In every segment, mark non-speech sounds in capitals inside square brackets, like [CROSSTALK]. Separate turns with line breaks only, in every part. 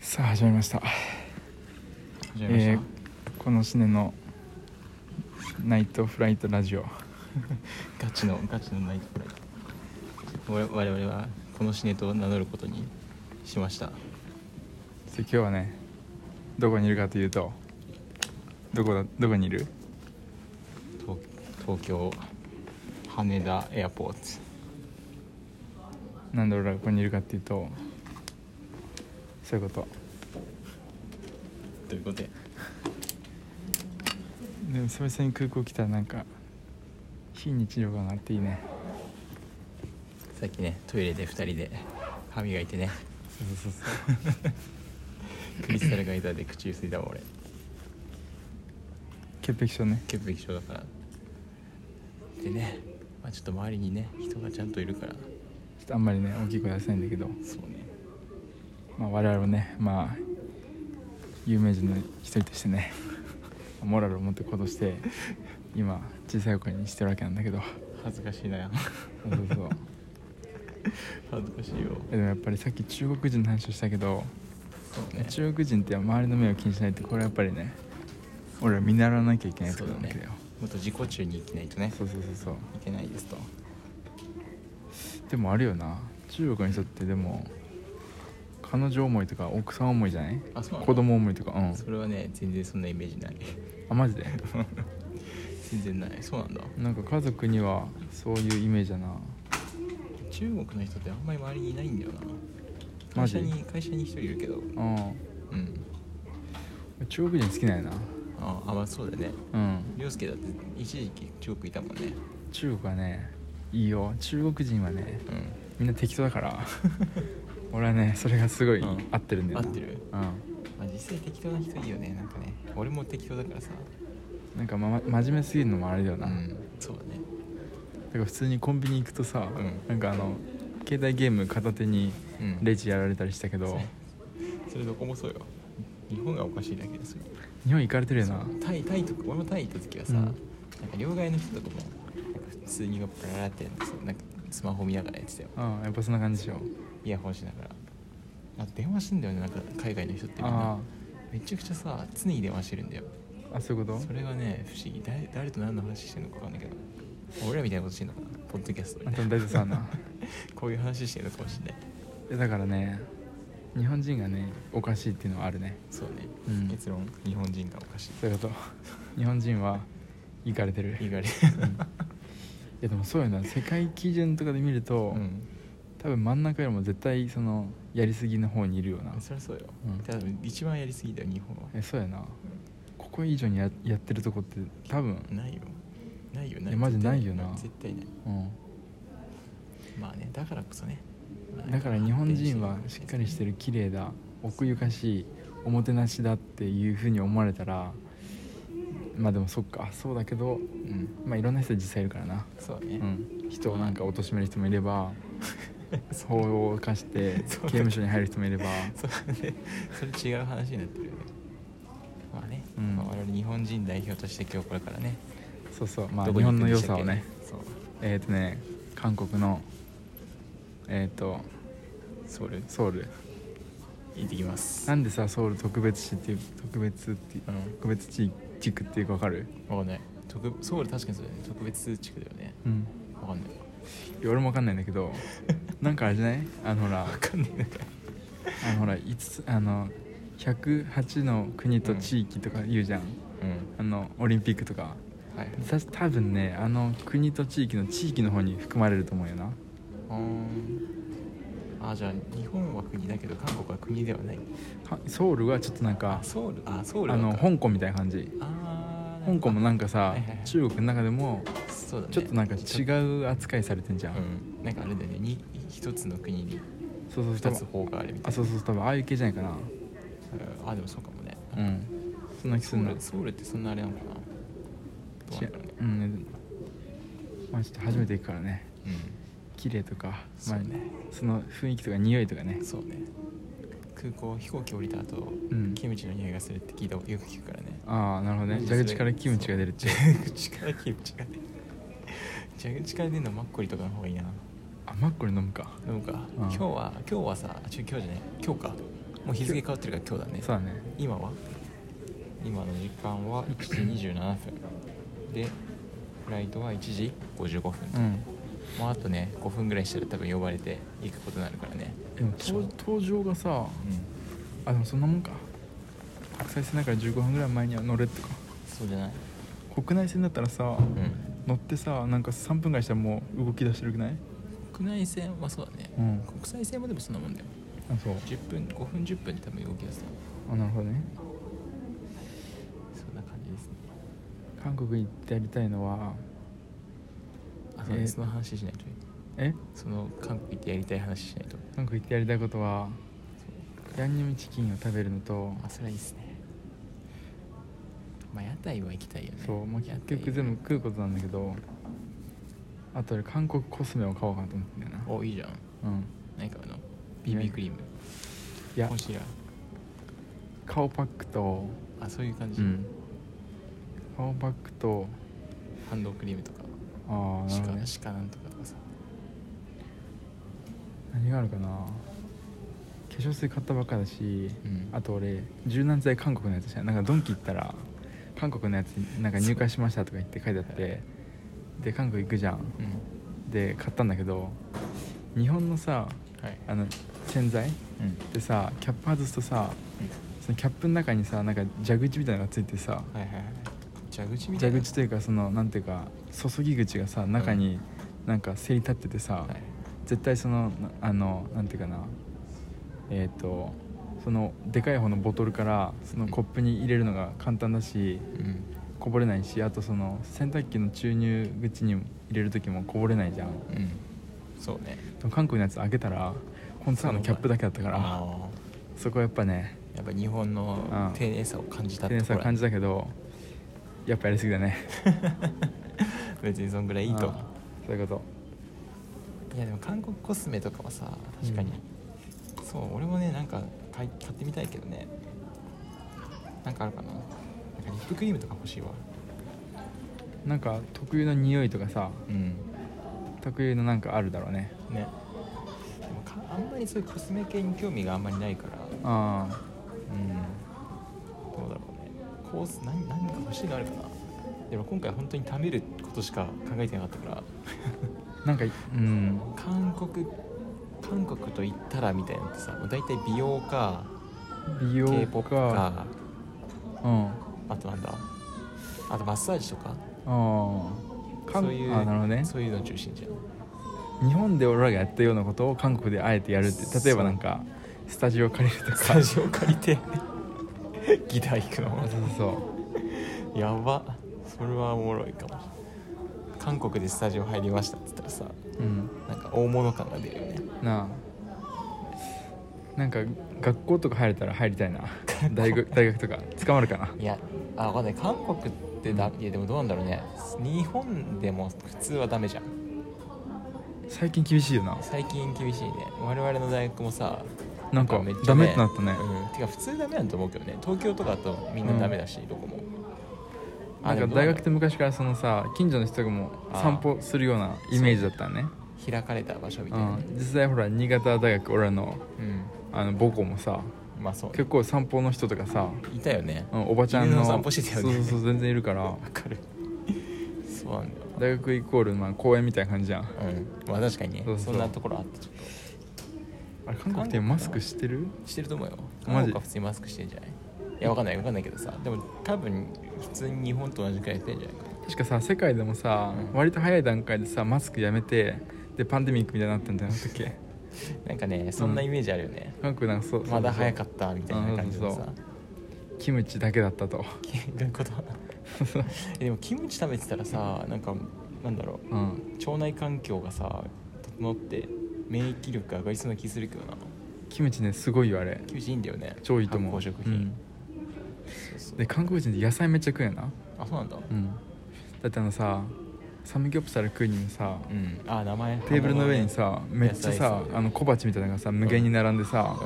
さあ始まりました
始めました、
えーこのシネのナイトフライトラジオ
ガチのガチのナイトプライド我我々はこの死ねと名乗ることにしました
で今日はねどこにいるかというとどこだどこにいる
東東京羽田エアポート
なんで俺らがここにいるかっていうとそういうこと
ということで
でも久々に空港来たらなんか非日常感があっていいね
さっきねトイレで2人で歯磨いてね
そうそうそう
[LAUGHS] クリスタルガイザーで口ゆすいだわ俺
潔癖症ね
潔癖症だからでね、まあ、ちょっと周りにね人がちゃんといるから
ちょっとあんまりね大きい声出せないんだけど、
そうね
まあ、我々もねまあ有名人の一人としてね [LAUGHS] モラルを持って行動して今小さい子にしてるわけなんだけど
恥ずかしいな
そうそうそう [LAUGHS]
[LAUGHS] 恥ずかしいよ
えでもやっぱりさっき中国人の話をしたけど、
そうね
中国人って周りの目を気にしないってこれはやっぱりね俺ら見習わなきゃいけないところなんだけど
もっと自己中に行けないとね
そうそうそうそう
いけないですと
でもあるよな中国の人ってでも彼女思いとか奥さん思いじゃない
あそうなの
子供思いとかうん
それはね全然そんなイメージない
[LAUGHS] あマジで
全然ないそうなんだ
なんか家族にはそういうイメージだな
中国の人ってあんまり周りにいないんだよな
マ
会
ジ
社に会社に一人いるけど
う
うん
ん中国人好きなんやな
ああまあそうだね
うん
凌介だって一時期中国いたもんね
中国はねいいよ中国人はね
う
みん
ん
な適当だから
[LAUGHS]
俺はねそれがすごい
うん
合ってるんだよな、
合ってる
うん
まあ、実際適当な人いいよねなんかね俺も適当だからさ
なんか、ま、真面目すぎるのもあれだよな、だ
そうだね
から普通にコンビニ行くとさ、
うん
なんかあの携帯ゲーム片手に
うん
レジやられたりしたけど、
それどこもそうよ日本がおかしいだけですよ
日本行かれてるよな
タイタイとか俺もタイ行った時は
う
さ、
ん
なんか両替の人とかもなんか普通にプララってやってさなんかスマホ見ながらやってたよ
うんやっぱそんな感じでしょ
イヤホンしながらあと電話してんだよねなんか海外の人ってみん
あ
なめちゃくちゃさ常に電話してるんだよ
あそういうこと
それがね不思議誰誰と何の話してるのか分かんないけど俺らみたいなことしてんのかなポッドキャスト
あん
みた
た
い
も
な
大丈夫そうやな
[LAUGHS] こういう話してるのかもしれない
いやだからね日本人がねおかしいっていうのはあるね
そうね、
うん
結論日本人がおかしい
そういうこと [LAUGHS] 日本人は行かれてる
意外
いやでもそうやな世界基準とかで見ると、
[LAUGHS] うん
多分真ん中よりも絶対そのやりすぎの方にいるよな
そりゃそうよ、
うん
多分一番やりすぎだよ日本は
えそうやなここ以上にややってるとこって多分
ないよないよない
いやマジないよな
絶対ない
うん
まあねだからこそね
だから日本人はしっかりして
る
る綺麗だ奥ゆかしいおもてなしだっていうふうに思われたらまあでもそっかそうだけど
うん
まあいろんな人実際いるからな
そうね、 [LAUGHS]
うん、人をなんか貶としめる人もいれば法を犯して
そう
刑務所に入る人もいれば
そうねそれ違う話になってるよねまあね、
うん
まあ、我々日本人代表として今日これからね、
そうそうまあ
ど
日
こ
本
に行く
の
んで
良
した
さ
っけ
をね
そう
えっ、とね韓国のえっ、と
ソウル
ソウル
行ってきます
なんでさソウル特別市っていう特別っていう
うん
特別地地区っていうか分かる
わかんない特ソウル確かにそうだよね特別地区だよね
うん
わかんない
いや俺も分かんないんだけ
[LAUGHS]
どなんかあれじゃないあのほら
わかんないなんか
あのほら5つあの108の国と地域とか言うじゃん、
うん
あのオリンピックとか
はい
た多分ねあの国と地域の地域の方に含まれると思うよな
うーんあじゃあ日本は国だけど韓国は国ではない
かソウルはちょっとなんか
ソウルあソウル
あ
は
の
か
香港みたいな感じ
あー
香港もなんか
は
さ
いはいはい
中国の中でも
そうだね
ちょっとなんか違う扱いされてんじゃん、
うんなんかあれだよねに一つの国に
そうそう
二
多
つ
分
法があるみた
あ
いな
そうそう多分ああいう系じゃないかな
うんあでもそうかもね
うんそんな気す
ソ
る
ウ
な
ルソウルってそんなあれなのかなど
し
うなんだろうね
うんまあちょっと初めて行くからね
う
綺麗とか、
そ
ま
う
あ
ね、
その雰囲気とか匂いとかね
んそうね空港飛行機降りた後、
ん
キムチの匂いがするって聞いたよく聞くからね
ああなるほどね
うん
蛇口からキムチが出るっちゅう
そう [LAUGHS] 蛇口からキムチが出る蛇口から出るのマッコリとかの方がいいな
あマッコリ飲むか
飲むか、
うん
今日は今日はさあちょ今日じゃない今日かもう日付変わってるから今日だね
そうだね
今は今の時間は1時27分でフライトは1時55分、
うん
もうあとね5分ぐらいしたら多分呼ばれて行くことになるからね
でも登登場がさあでもそんなもんか国際線だから15分ぐらい前には乗れってか
そうじゃない
国内線だったらさ
うん
乗ってさなんか3分ぐらいしたらもう動き出してるくない
国内線はそうだね、
うん
国際線もでもそんなもんだよ
あそう
10分5分10分で多分動き出すな
あなるほどね
そんな感じですね
韓国行ってやりたいのは
あそうね
えー
その話しないと
え
その韓国行ってやりたい話しないと
韓国行ってやりたいことはヤンニョムチキンを食べるのと
あそれはいいっすねまあ屋台は行きたいよね
そう、まあ、
屋台
結局全部食うことなんだけどあと俺韓国コスメを買おうかなと思ってんだよな
おいいじゃん
うん
何買うの BB クリーム
いや
コンシーラー
顔パックと
あそういう感じ、
うん顔パックと
ハンドクリームとか
ああなるほどね
鹿鹿なんとかとかさ
何があるかな化粧水買ったばっかだし、
うん
あと俺柔軟剤韓国のやつじゃんなんかドンキ行ったら韓国のやつなんか入荷しましたとか言って書いてあってで韓国行くじゃん
うん
で買ったんだけど日本のさ
はい
あの洗剤
うん
でさキャップ外すとさそのキャップの中にさなんか蛇口みたいなのがついてさ
はいはいはい蛇口みたいな
蛇口というかそのなんていうか注ぎ口がさ中になんかせり立っててさ、
はい
絶対そのなあのなんていうかなえっ、とそのでかい方のボトルからそのコップに入れるのが簡単だし
うん
こぼれないしあとその洗濯機の注入口に入れる時もこぼれないじゃん
うんそうね
でも韓国のやつ開けたらコンサーのキャップだけだったから
あ
そこはやっぱね
ーやっぱ日本
あ
の
あ
丁寧さを感じた
丁寧さは感じたけどやっぱやりすぎだね
別にそんぐら [LAUGHS] いいいと
あーそういうこと
いやでも韓国コスメとかはさ確かに、そう俺もねなんか買い買ってみたいけどねなんかあるかななんかリップクリームとか欲しいわ
なんか特有の匂いとかさ
うん
特有のなんかあるだろうね
ねでもかあんまりそういうコスメ系に興味があんまりないから
ああ
うんどうだろうねコース何何か欲しいのあるかなでも今回本当に貯めることしか考えてなかったから
なんかうん
韓国韓国と言ったらみたいなのってさもう大体美容か
美容
k p o
か
p か
うんあ
あとなんだあとマッサージとか
あ韓
そういう
あなるほどね
そういうの中心じゃん
日本で俺らがやったようなことを韓国であえてやるって例えばなんかスタジオ借りるとか
スタジオ [LAUGHS] 借りてギター弾く
あそう
の
そうそう
やばそれはおもろいかもしれない韓国でスタジオ入りましたって言ったらさ
うん
なんか大物感が出るよね
なあなんか学校とか入れたら入りたいな大学大学とか捕まるかない
やあ分かんない韓国ってだいやでもどうなんだろうね日本でも普通はダメじゃん
最近厳しいよな
最近厳しいね我々の大学もさ
なんか
めっちゃね
ダメってなったね
うん、てか普通ダメなんと思うけどね東京とかだとみんなダメだし、どこもあ
なん
で
か
もどう
大
なん
学
だ
って昔からそのさ近所の人がもう散歩するようなイメージだったね
開かれた場所み
う
たいな、
ん実際ほら新潟大学俺らの
うん
あの母校もさ
まあそう
結構散歩の人とかさ、
いたよね
うん、おばちゃんの
犬の散歩してたよね
そうそうそう全然いるから
わかるそうなんだよ
大学イコールまあ公園みたいな感じじゃん
うんまあ確かにね
そ
そ
うん
なところあってちょっ
あれ韓国ってマスクしてる
としてると思うよ
マジ
韓国は普通にマスクしてんじゃないいやわかんないわかんないけどさでも多分普通に日本と同じくらいやってんじゃないか
確かさ世界でもさ割と早い段階でさマスクやめてでパンデミックみたいになったんじゃなかったっけ
なんかねそんなイメージあるよね、
韓国なんかそうそう
まだ早かったみたいな感じの
そう
さ
そうキムチだけだったと
どういうこと [LAUGHS] えでもキムチ食べてたらさなんかなんだろう
うん
腸内環境がさ整って免疫力が上がりそうな気するけどな
キムチねすごいよあれ
キムチいいんだよね
超いいと思う
発酵食品、そう
う
そ
ん
う
で韓国人って野菜めっちゃ食うんやな
あそうなんだ
うんだってあのさサムギョプサル食うにもさ、
うんあ名前
テーブルの上にさめっちゃさあの小鉢みたいなのがさ無限に並んでさ、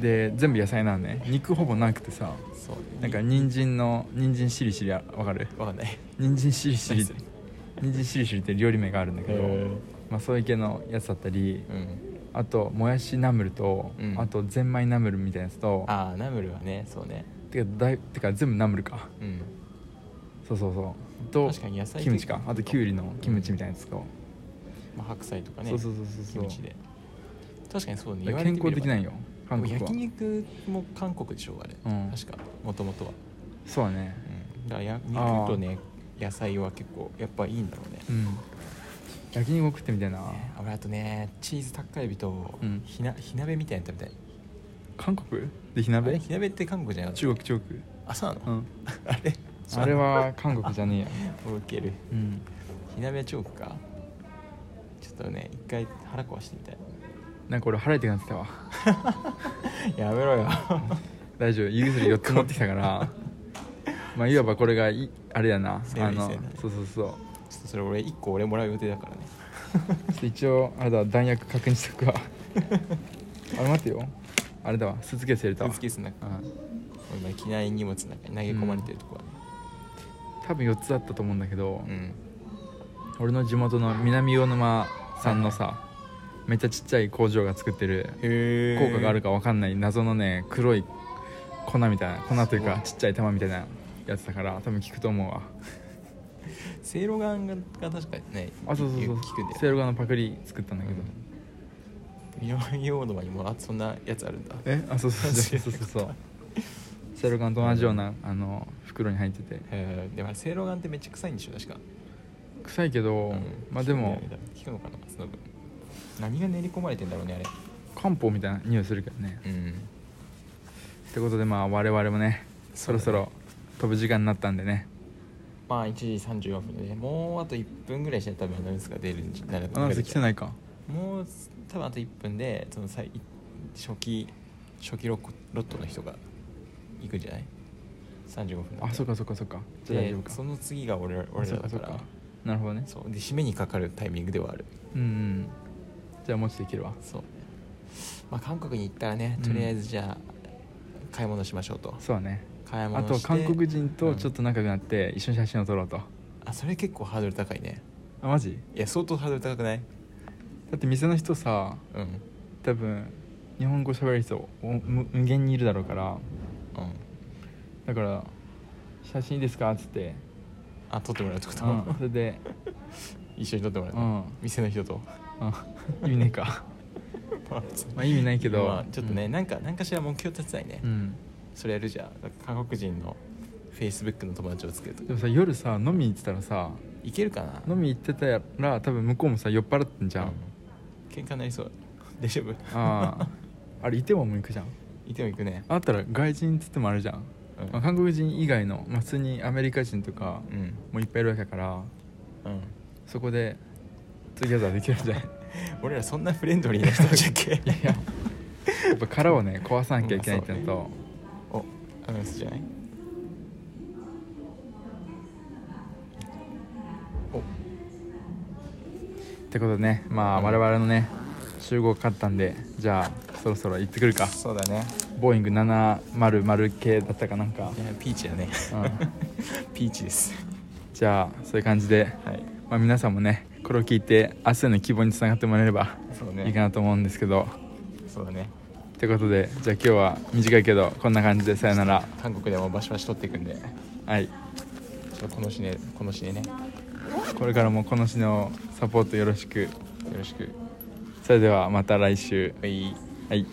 で全部野菜なんね肉ほぼなくてさ
うんそう
なんか人参の人参しりしりあわかる
わかんない
人参しりしり
何それ
人参しりしりって料理名があるんだけど、
へー
まあ、そういう系のやつだったり
[LAUGHS] うん
あともやしナムルと、
うん
あとゼンマイナムルみたいなやつと
ああナムルはねそうね
てかだいてか全部ナムルか
うん
そうそうそうと
確かに野菜
キムチかあとキュウリのキムチみたいなやつと、
まあ、白菜とかね
そうそうそうそうそう
キムチで確かにそうね
だ
言
か
わ
ら
れて
健
みれば
康的なんよ韓
で
国
も
は
焼肉も韓国でしょあれ、
うん
確かもともとは、
そうだね
うん、だからや
あー
肉とね野菜は結構やっぱいいんだろうね
うん焼肉食ってみたいな
あ俺あとねチーズタッカルビと
うん
火な火鍋みたいなの食べたい
韓国で火
あれ
鍋
火鍋って韓国じゃなかった
中国中国
あそうな
う
の、
ん
[LAUGHS] あれ
あれは韓国じゃねえ
[LAUGHS]
よ
ウケる
うん
火鍋チョークかちょっとね一回腹壊して
[LAUGHS]
みたい
なんか俺腹痛くなってたわ
やめ [LAUGHS] ろよ
大丈夫湯薬4つ持ってきたから
[LAUGHS]
まあいわばこれがいあれやな
生
あ
命線だ
の
ね
そうそうそ
ちょっとそれ俺一個俺もらう予定だからね
うちょっと一応あれだ弾薬確認し
[LAUGHS]
とくわあれ待ってよあれだわスーツケース入れ
ス
たわ
ーツケースの中
うん
今機内荷物の中に投げ込まれてるとこはね
多分4つだったと思うんだけど、
うん、
俺の地元の南魚沼さんのさめっちゃちっちゃい工場が作ってる
へ
効果がある
か
かわかんない謎のね黒い粉みたいな粉という
す
か
ごい
ちっちゃい玉みたいなやつだから多分効くと思うわ
せいろがんが確かにね
あそうそうそう
よく聞くんだよ
セイロガのパクリ作ったんだけど、
うん日本のにもあそんなやつあるんだへ
えあそうそうそうそうそうそうセイロガンと同じようなあの袋に入ってて
えでもあれせいろがんってめっちゃ臭いんでしょ確か
臭いけど、
うん
まあでも
聞くのかなその分何が練り込まれてんだろうねあれ
漢方みたいな匂いするけどね、
うん
ってことでまあ我々もねそろそろ飛ぶ時間になったんでね
まあ1時34分でねもうあと1分ぐらいしたら多分アナウンスが出るんじゃないか
アナウンス来てないか
もう多分あと1分でその最初期初期ロッコロットの人が行くんじゃない35分なんで
あそっかそっかそっかじゃあ大丈夫
で
か
その次が俺ら俺らだ
そ
か
っかそっ
ら
かなるほどね
そうで締めにかかるタイミングではある
うんうんじゃあもうちょっといけるわ
そうまあ韓国に行ったらね
うん
とりあえずじゃあ買い物しましょうと、
そうだね
買い
あ
物
と
して
韓国人とちょっと仲良くなって一緒に写真を撮ろうと、
あそれ結構ハードル高いね
あマジ
いや相当ハードル高くない
だって店の人さ
うんうん
多分日本語喋る人お無無限にいるだろうからだから「写真いいですか?」っつって、
あ撮ってもらうってこと、
うん、それで
[LAUGHS] 一緒に撮ってもらう、
うん [LAUGHS]
店の人と
「うん、意味ねえか
まあ
まあ意味ないけど
まあちょっとね、
うん
なんかなんかしら目標立てたいね」、
うん
それやるじゃん韓国人のフェイスブックの友達を作ると
で
か
もさ夜さ飲み行ってたらさ
いけるかな
飲み行ってたら多分向こうもさ酔っ払ってんじゃん、
うん喧嘩になりそう [LAUGHS] 大丈夫
あああれいてももう行くじゃん
[LAUGHS] いても行くね
あったら外人っつってもあるじゃん、
うん
まあ、韓国人以外の、まあ、普通にアメリカ人とか
うん
もいっぱいいるわけだから
うん
そこでトゥギャザーできるんじゃ [LAUGHS] ない
俺らそんなフレンドリーな人だっけ
いややっぱ殻をね壊さなきゃいけないってのと、
[LAUGHS] おアナウンスじゃないお
ってことでねまあ我々のね集合かかったんでじゃあそろそろ行ってくるか
そうだね
ボーイング700系だったかなんか、
いやピーチだね
うん、
[LAUGHS] ピーチです
じゃあそういう感じで、
はい
まあ、皆さんもねこれを聞いて明日への希望につながってもらえれば
そう
いいか
ね
なと思うんですけど、
そうだね
ってことでじゃあ今日は短いけどこんな感じでさよなら
韓国でもバシバシ取っていくんで
はい
ちょっとこの死ねこの死ねね
これからもこの詩のサポートよろしく
よろしく
それではまた来週
はい
はい